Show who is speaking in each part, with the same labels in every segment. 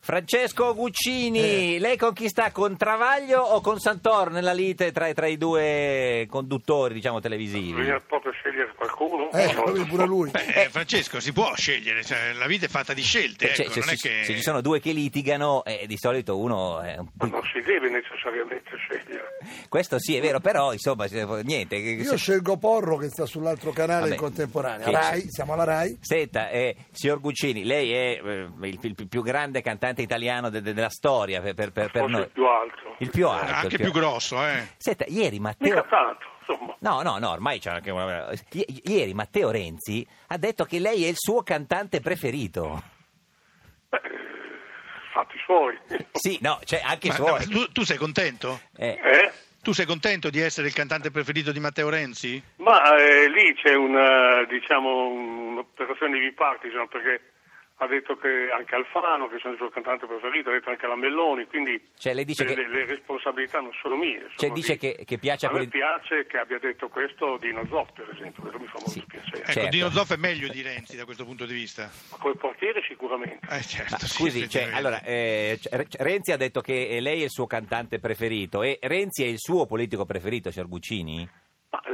Speaker 1: Francesco Guccini, lei con chi sta? Con Travaglio o con Santoro nella lite tra, tra i due conduttori, diciamo, televisivi?
Speaker 2: Bisogna proprio scegliere qualcuno.
Speaker 3: Eh,
Speaker 2: No,
Speaker 3: proprio
Speaker 2: no.
Speaker 3: pure lui.
Speaker 4: Beh, Francesco, si può scegliere, cioè, la vita è fatta di scelte,
Speaker 1: Eh. Cioè,
Speaker 4: ecco,
Speaker 1: se,
Speaker 4: non è
Speaker 1: ci-
Speaker 4: che...
Speaker 1: se ci sono due che litigano, eh, di solito uno... è un po'-
Speaker 2: Ma non si deve necessariamente scegliere.
Speaker 1: Questo sì, è vero, però, insomma, se- niente... che-
Speaker 3: Io
Speaker 1: se-
Speaker 3: scelgo Porro che sta sull'altro canale
Speaker 1: Vabbè.
Speaker 3: in contemporanea.
Speaker 1: Sì,
Speaker 3: Rai,
Speaker 1: sì.
Speaker 3: siamo alla Rai.
Speaker 1: Senta, eh, signor Guccini, lei è eh, il, il più grande cantante italiano de- de- della storia per, per- per- per
Speaker 2: Forse
Speaker 1: noi.
Speaker 2: il più alto.
Speaker 1: Il più alto. il
Speaker 4: Anche più grosso, eh.
Speaker 1: Senta, ieri
Speaker 2: Mica
Speaker 1: Matteo...
Speaker 2: tanto, insomma.
Speaker 1: No, no, no, ormai c'è anche una... I- Ieri Matteo Renzi ha detto che lei è il suo cantante preferito.
Speaker 2: eh, Fatti suoi.
Speaker 1: Sì, no, c'è anche
Speaker 4: Ma-
Speaker 1: suo...
Speaker 4: ma tu, tu sei contento?
Speaker 1: eh,
Speaker 2: Eh?
Speaker 4: Tu sei contento di essere il cantante preferito di Matteo Renzi? Ecco,
Speaker 2: Ma eh, lì c'è una, diciamo, un'operazione di bipartisan perché ha detto che anche Alfano, che sono il suo cantante preferito, ha detto anche la Melloni, quindi
Speaker 1: Cioè, lei dice
Speaker 2: le,
Speaker 1: che-
Speaker 2: le responsabilità non sono mie. sono
Speaker 1: Cioè, dice
Speaker 2: di-
Speaker 1: che- che piace a
Speaker 2: a me
Speaker 1: quelli-
Speaker 2: piace che abbia detto questo Dino Zoff, per esempio, quello mi fa molto
Speaker 1: Sì.
Speaker 2: piacere.
Speaker 4: Ecco,
Speaker 1: Certo.
Speaker 4: Dino Zoff è meglio di Renzi da questo punto di vista.
Speaker 2: Ma Col portiere sicuramente.
Speaker 4: Eh, certo,
Speaker 1: ma
Speaker 4: sì,
Speaker 1: scusi, cioè,
Speaker 4: effettivamente.
Speaker 1: allora, eh, cioè, Re- Renzi ha detto che eh, lei è il suo cantante preferito e Renzi è il suo politico preferito, signor Guccini?
Speaker 2: Ma eh,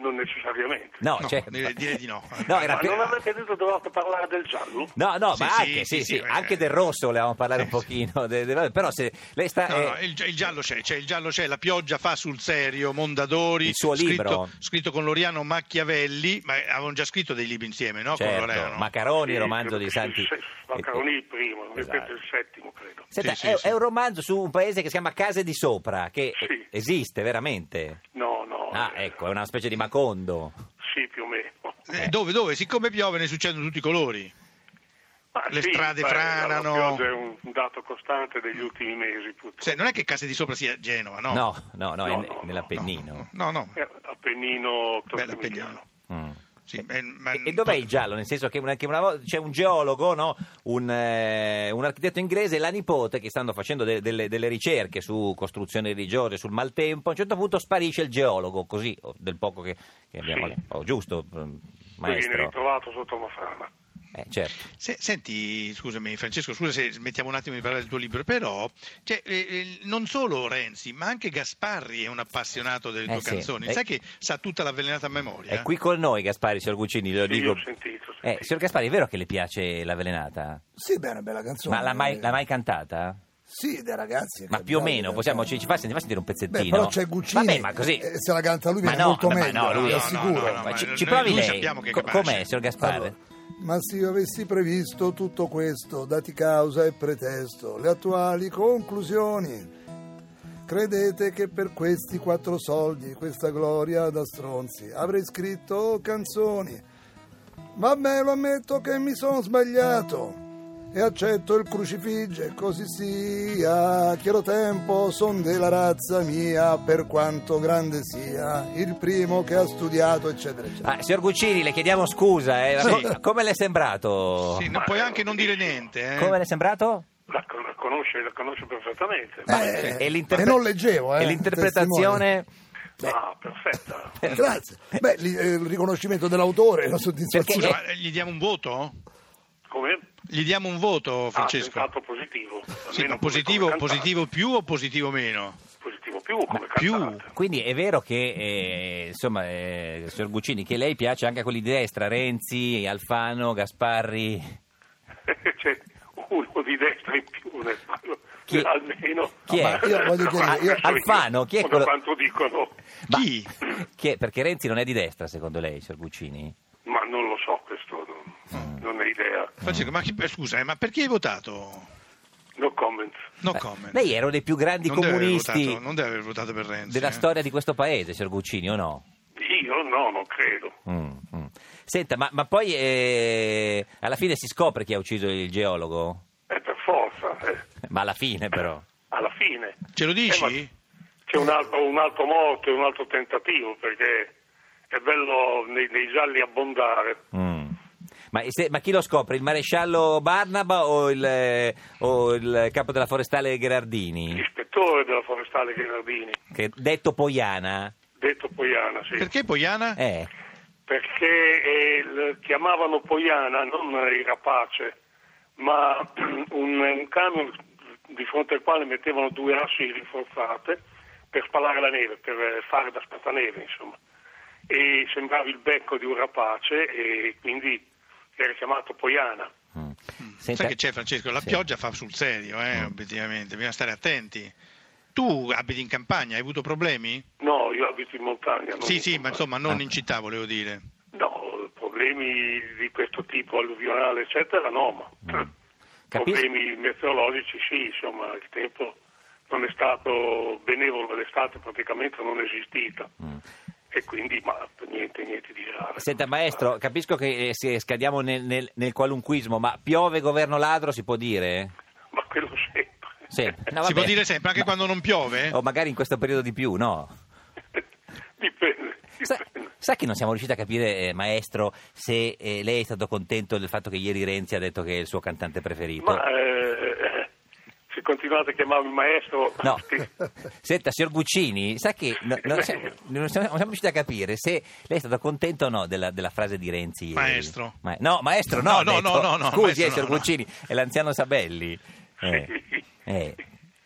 Speaker 2: non necessariamente.
Speaker 1: No,
Speaker 4: No,
Speaker 1: certo.
Speaker 4: direi- direi di no.
Speaker 1: No, era
Speaker 2: Ma
Speaker 1: per-
Speaker 2: non avete detto dovevate parlare del giallo?
Speaker 1: No, no,
Speaker 4: Sì,
Speaker 1: ma
Speaker 4: sì,
Speaker 1: anche, sì,
Speaker 4: sì,
Speaker 1: sì,
Speaker 4: sì,
Speaker 1: anche
Speaker 4: eh.
Speaker 1: del rosso volevamo parlare un
Speaker 4: Eh, sì.
Speaker 1: pochino, de- de- però se lei sta...
Speaker 4: No, no,
Speaker 1: eh,
Speaker 4: il, gi- il giallo c'è, cioè, il giallo c'è, la pioggia fa sul serio, Mondadori,
Speaker 1: Il suo libro.
Speaker 4: Scritto, scritto con Loriano Machiavelli, ma eh, avevano già scritto dei libri insieme, no?
Speaker 1: certo,
Speaker 4: con Loriano.
Speaker 1: Macaroni,
Speaker 2: Sì,
Speaker 1: romanzo di
Speaker 2: il
Speaker 1: Santi... Eh,
Speaker 2: se- Macaroni il primo, non
Speaker 1: Esatto.
Speaker 2: ripeto il settimo, credo.
Speaker 1: Senta,
Speaker 4: Sì, sì,
Speaker 1: è,
Speaker 4: sì.
Speaker 1: è un romanzo su un paese che si chiama Case di Sopra, che
Speaker 2: Sì.
Speaker 1: esiste veramente.
Speaker 2: No,
Speaker 4: Oh,
Speaker 2: no.
Speaker 1: Ah,
Speaker 2: eh,
Speaker 1: ecco, è una specie di Macondo.
Speaker 2: Sì, più o meno.
Speaker 4: Eh, Dove, dove? Siccome piove ne succedono tutti i colori.
Speaker 2: Ma
Speaker 4: Le strade
Speaker 2: beh,
Speaker 4: franano.
Speaker 2: La pioggia è un un dato costante degli ultimi mesi, purtroppo.
Speaker 4: Cioè, non è che Case di Sopra sia Genova, no?
Speaker 1: No, no, no, è
Speaker 2: No,
Speaker 1: ne-
Speaker 2: no, no,
Speaker 1: nell'Appennino.
Speaker 4: No, no.
Speaker 2: Eh, Appennino
Speaker 4: Bella
Speaker 2: toscano.
Speaker 1: Mm.
Speaker 4: Sì, eh, ma-
Speaker 1: E, e dov'è il giallo? Nel senso che, una- che una volta c'è un geologo, no? un, eh, un architetto inglese e la nipote che stanno facendo de- delle, delle ricerche su costruzioni religiose, sul maltempo. A un certo punto sparisce il geologo, così o- del poco che, che abbiamo.
Speaker 2: Sì.
Speaker 1: Oh, giusto, eh,
Speaker 2: Poi viene
Speaker 1: maestro.
Speaker 2: ritrovato sotto Mafrana.
Speaker 1: Eh, certo.
Speaker 4: Se- senti, scusami Francesco, scusa se smettiamo un attimo di parlare del tuo libro, però cioè, eh, eh, non solo Renzi, ma anche Gasparri è un appassionato delle
Speaker 1: Eh,
Speaker 4: tue
Speaker 1: sì.
Speaker 4: canzoni.
Speaker 1: Eh.
Speaker 4: Sai che sa tutta l'avvelenata memoria?
Speaker 1: È qui con noi Gaspari, signor Guccini, lo
Speaker 2: Eh. Sì,
Speaker 1: dico.
Speaker 2: ho sentito, ho sentito.
Speaker 1: Eh, signor Gaspari, è vero che le piace la velenata?
Speaker 3: Sì, beh, è una bella canzone.
Speaker 1: Ma l'ha mai,
Speaker 3: Eh,
Speaker 1: l'ha mai cantata?
Speaker 3: Sì, dai ragazzi. è
Speaker 1: Ma più o
Speaker 3: bella
Speaker 1: meno,
Speaker 3: la
Speaker 1: possiamo,
Speaker 3: canzone.
Speaker 1: ci, ci fa, senti- fa sentire un pezzettino.
Speaker 3: Beh, però c'è Guccini,
Speaker 1: Vabbè, ma così.
Speaker 3: eh, se la canta lui
Speaker 1: Ma
Speaker 3: viene
Speaker 1: no,
Speaker 3: molto
Speaker 1: ma
Speaker 3: meglio,
Speaker 1: no, lui
Speaker 3: lo
Speaker 1: è
Speaker 3: assicuro.
Speaker 1: sicuro. Ma ci, ci
Speaker 4: Noi-
Speaker 1: provi
Speaker 4: noi
Speaker 1: lei.
Speaker 4: sappiamo che è
Speaker 1: Co-
Speaker 4: capace.
Speaker 1: com'è, signor Gaspare?
Speaker 3: Allora, Ma se io avessi previsto tutto questo, dati causa e pretesto, le attuali conclusioni. Credete che per questi quattro soldi, questa gloria da stronzi, avrei scritto canzoni? Vabbè, lo ammetto che mi sono sbagliato e accetto il crucifigge, così sia. Chiaro tempo, son della razza mia, per quanto grande sia, il primo che ha studiato, eccetera, eccetera.
Speaker 1: Ah, signor Guccini, le chiediamo scusa. eh, ma
Speaker 4: Sì.
Speaker 1: co- Come le è sembrato?
Speaker 4: Sì, no,
Speaker 2: eh,
Speaker 4: puoi anche non dire niente. eh.
Speaker 1: Come le è sembrato?
Speaker 2: La, con- la conosce, la conosce perfettamente.
Speaker 3: Ma-
Speaker 2: Ma,
Speaker 3: Eh,
Speaker 1: cioè, E l'interpre-
Speaker 3: e non leggevo, eh,
Speaker 1: e l'interpretazione...
Speaker 2: ma perfetta.
Speaker 3: Grazie. Beh, li- eh, il riconoscimento dell'autore, la
Speaker 4: Scusa,
Speaker 3: soddisfazione.
Speaker 4: Cioè, ma gli diamo un voto?
Speaker 2: Come?
Speaker 4: Gli diamo un voto,
Speaker 2: Ah,
Speaker 4: Francesco?
Speaker 2: senz'altro positivo.
Speaker 4: Sì,
Speaker 2: Almeno
Speaker 4: ma
Speaker 2: come-
Speaker 4: positivo,
Speaker 2: come cantante.
Speaker 4: positivo più o positivo meno?
Speaker 2: Positivo più come
Speaker 4: più.
Speaker 2: cantante.
Speaker 1: Quindi è vero che, eh, insomma, eh, signor Guccini, che lei piace anche a quelli di destra, Renzi, Alfano, Gasparri...
Speaker 2: C'è Cioè, uno di destra in più nel ballo,
Speaker 1: Chi-
Speaker 2: almeno.
Speaker 1: chi è?
Speaker 2: Ma
Speaker 3: Io voglio chiedere, io-
Speaker 1: Alfano, chi è
Speaker 2: Da
Speaker 1: quello-
Speaker 2: quanto dicono,
Speaker 1: Ma-
Speaker 4: Chi?
Speaker 1: Che- perché Renzi non è di destra, secondo lei, signor Guccini?
Speaker 2: ma non lo so, questo
Speaker 1: Mm.
Speaker 2: non, non ne ho idea.
Speaker 4: Francesco, ma chi- eh, scusa, eh, ma perché hai votato?
Speaker 2: No comment.
Speaker 4: No
Speaker 1: Beh,
Speaker 4: comment.
Speaker 1: Lei era uno dei più grandi
Speaker 4: non deve, aver
Speaker 1: comunisti
Speaker 4: votato, non deve aver votato per Renzi.
Speaker 1: della
Speaker 4: eh.
Speaker 1: storia di questo paese, signor Guccini, o no?
Speaker 2: Io no, non credo.
Speaker 1: Mm, mm. Senta, ma, ma poi eh, alla fine si scopre chi ha ucciso il geologo?
Speaker 2: È per forza, eh,
Speaker 1: Ma alla fine, però.
Speaker 2: alla fine.
Speaker 4: Ce lo dici?
Speaker 2: Eh, ma c'è un altro, un altro morto e un altro tentativo, perché è bello nei, nei gialli abbondare.
Speaker 1: Mm. Ma, e se- ma chi lo scopre? Il maresciallo Barnaba o il, eh, o il capo della forestale Gherardini?
Speaker 2: L'ispettore della forestale Gherardini,
Speaker 1: Che, detto Poiana?
Speaker 2: detto Poiana, sì.
Speaker 4: Perché Poiana?
Speaker 1: Eh,
Speaker 2: perché eh, l- chiamavano Poiana, non il rapace, ma un, un camion di fronte al quale mettevano due assi rinforzate per spalare la neve, per eh, fare da spataneve, insomma. E sembrava il becco di un rapace e quindi era chiamato Poiana.
Speaker 1: Mm.
Speaker 4: Sai che c'è Francesco? La
Speaker 1: Sì. Mm.
Speaker 4: pioggia fa sul serio, eh, obiettivamente, bisogna stare attenti. Tu abiti in campagna, hai avuto problemi?
Speaker 2: No, io abito in montagna. non
Speaker 4: Sì,
Speaker 2: in
Speaker 4: sì, ma
Speaker 2: campagna.
Speaker 4: insomma non
Speaker 1: Ah.
Speaker 4: in città, volevo dire.
Speaker 2: No, problemi di questo tipo alluvionale, eccetera, no, ma
Speaker 4: Mm.
Speaker 1: Capisco.
Speaker 2: problemi meteorologici sì, insomma, il tempo non è stato benevolo, l'estate praticamente non è esistita. E quindi, ma niente, niente di grave.
Speaker 1: Mm. Senta maestro, capisco che eh, se scadiamo nel, nel- nel qualunquismo, ma piove governo ladro si può dire?
Speaker 2: Ma quello sempre.
Speaker 1: Sempre. No,
Speaker 4: si
Speaker 1: vabbè.
Speaker 4: può dire sempre, anche
Speaker 1: Ma-
Speaker 4: quando non piove?
Speaker 1: O magari in questo periodo di più, no?
Speaker 2: dipende,
Speaker 1: Sa,
Speaker 2: dipende.
Speaker 1: sa che non siamo riusciti a capire, eh, maestro, se eh, lei è stato contento del fatto che ieri Renzi ha detto che è il suo cantante preferito.
Speaker 2: Ma eh, se continuate a chiamarmi maestro...
Speaker 1: No,
Speaker 2: sì.
Speaker 1: senta, signor Guccini, sa che no- no, siamo- non siamo non siamo riusciti a capire se lei è stato contento o no della, della frase di Renzi ieri.
Speaker 4: Maestro.
Speaker 1: Ma- no, maestro, no,
Speaker 4: No,
Speaker 1: ho
Speaker 4: no,
Speaker 1: detto.
Speaker 4: no, no, no,
Speaker 1: Scusi,
Speaker 4: maestro,
Speaker 1: eh, signor
Speaker 4: no, no.
Speaker 1: Guccini, è l'anziano Sabelli. Eh,
Speaker 2: Sì.
Speaker 1: eh,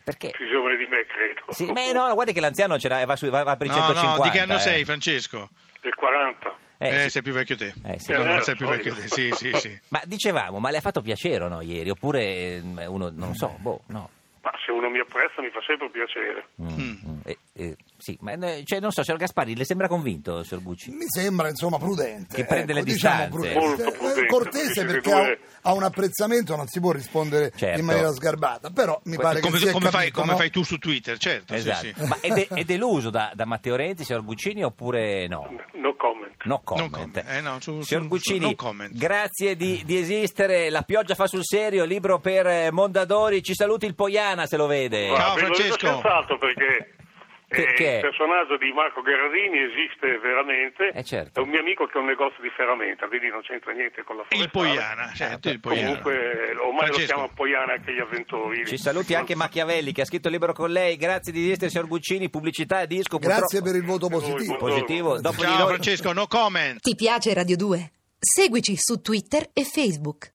Speaker 1: perché?
Speaker 2: Più giovane di me, credo.
Speaker 1: Sì, ma eh, no, guarda che l'anziano ce l'ha- va, su- va- va per i
Speaker 4: No,
Speaker 1: 150.
Speaker 4: no, di che anno
Speaker 1: eh.
Speaker 4: sei Francesco?
Speaker 2: Del 40.
Speaker 4: Eh,
Speaker 1: Eh, sì.
Speaker 4: sei più vecchio te.
Speaker 1: Eh, sì.
Speaker 4: No, no,
Speaker 2: Eh,
Speaker 4: sei più
Speaker 2: lo
Speaker 4: vecchio
Speaker 2: so
Speaker 4: te,
Speaker 2: io.
Speaker 4: sì, sì, sì.
Speaker 1: Ma dicevamo, ma le ha fatto piacere o no ieri? Oppure ehm, uno, non so, boh, no.
Speaker 2: Ma se uno mi apprezza mi fa sempre piacere.
Speaker 1: Mm, mm, eh, eh, sì, ma eh, cioè, non so, signor Gasparri, le sembra convinto, signor Gucci?
Speaker 3: Mi sembra insomma prudente.
Speaker 1: Che prende le
Speaker 3: diciamo
Speaker 1: distanze.
Speaker 2: Molto
Speaker 3: Eh,
Speaker 2: prudente, perché
Speaker 3: cortese
Speaker 2: siete
Speaker 3: perché ha,
Speaker 2: due-
Speaker 3: ha un apprezzamento, non si può rispondere
Speaker 1: Certo.
Speaker 3: in maniera sgarbata, però mi pare
Speaker 4: Come,
Speaker 3: che si è
Speaker 4: come fai,
Speaker 3: capito,
Speaker 4: come
Speaker 3: no?
Speaker 4: fai tu su Twitter, certo. sì,
Speaker 1: Esatto.
Speaker 4: sì.
Speaker 1: Ma è, de- è deluso da, da Matteo Renzi, signor Guccini, oppure no?
Speaker 2: No comment.
Speaker 1: No comment.
Speaker 4: comment. Eh, no, su-
Speaker 1: signor
Speaker 4: su-
Speaker 1: Guccini,
Speaker 4: no comment.
Speaker 1: grazie di, di esistere. La pioggia fa sul serio, libro per eh, Mondadori. Ci saluti il Poiana se lo vede.
Speaker 4: Ciao.
Speaker 2: Guarda, ve lo dico
Speaker 4: Francesco.
Speaker 2: senz'altro perché, eh,
Speaker 1: Perché?
Speaker 2: il personaggio di Marco Gherardini esiste veramente.
Speaker 1: Eh, certo.
Speaker 2: È un mio amico che ha un negozio di ferramenta, quindi non c'entra niente con la forestale.
Speaker 4: Il Poiana, certo, il Poiana.
Speaker 2: Comunque eh, ormai lo
Speaker 4: Francesco.
Speaker 2: chiamano Poiana anche gli avventori.
Speaker 1: Ci saluti anche Machiavelli che ha scritto il libro con lei. Grazie di esistere, signor Guccini. Pubblicità e disco.
Speaker 3: Grazie
Speaker 1: purtroppo-
Speaker 3: per il voto
Speaker 2: Buongiorno.
Speaker 3: positivo.
Speaker 1: positivo. Dopo di
Speaker 4: Ciao
Speaker 1: noi-
Speaker 4: Francesco, no comment.
Speaker 5: Ti piace Radio 2? Seguici su Twitter e Facebook.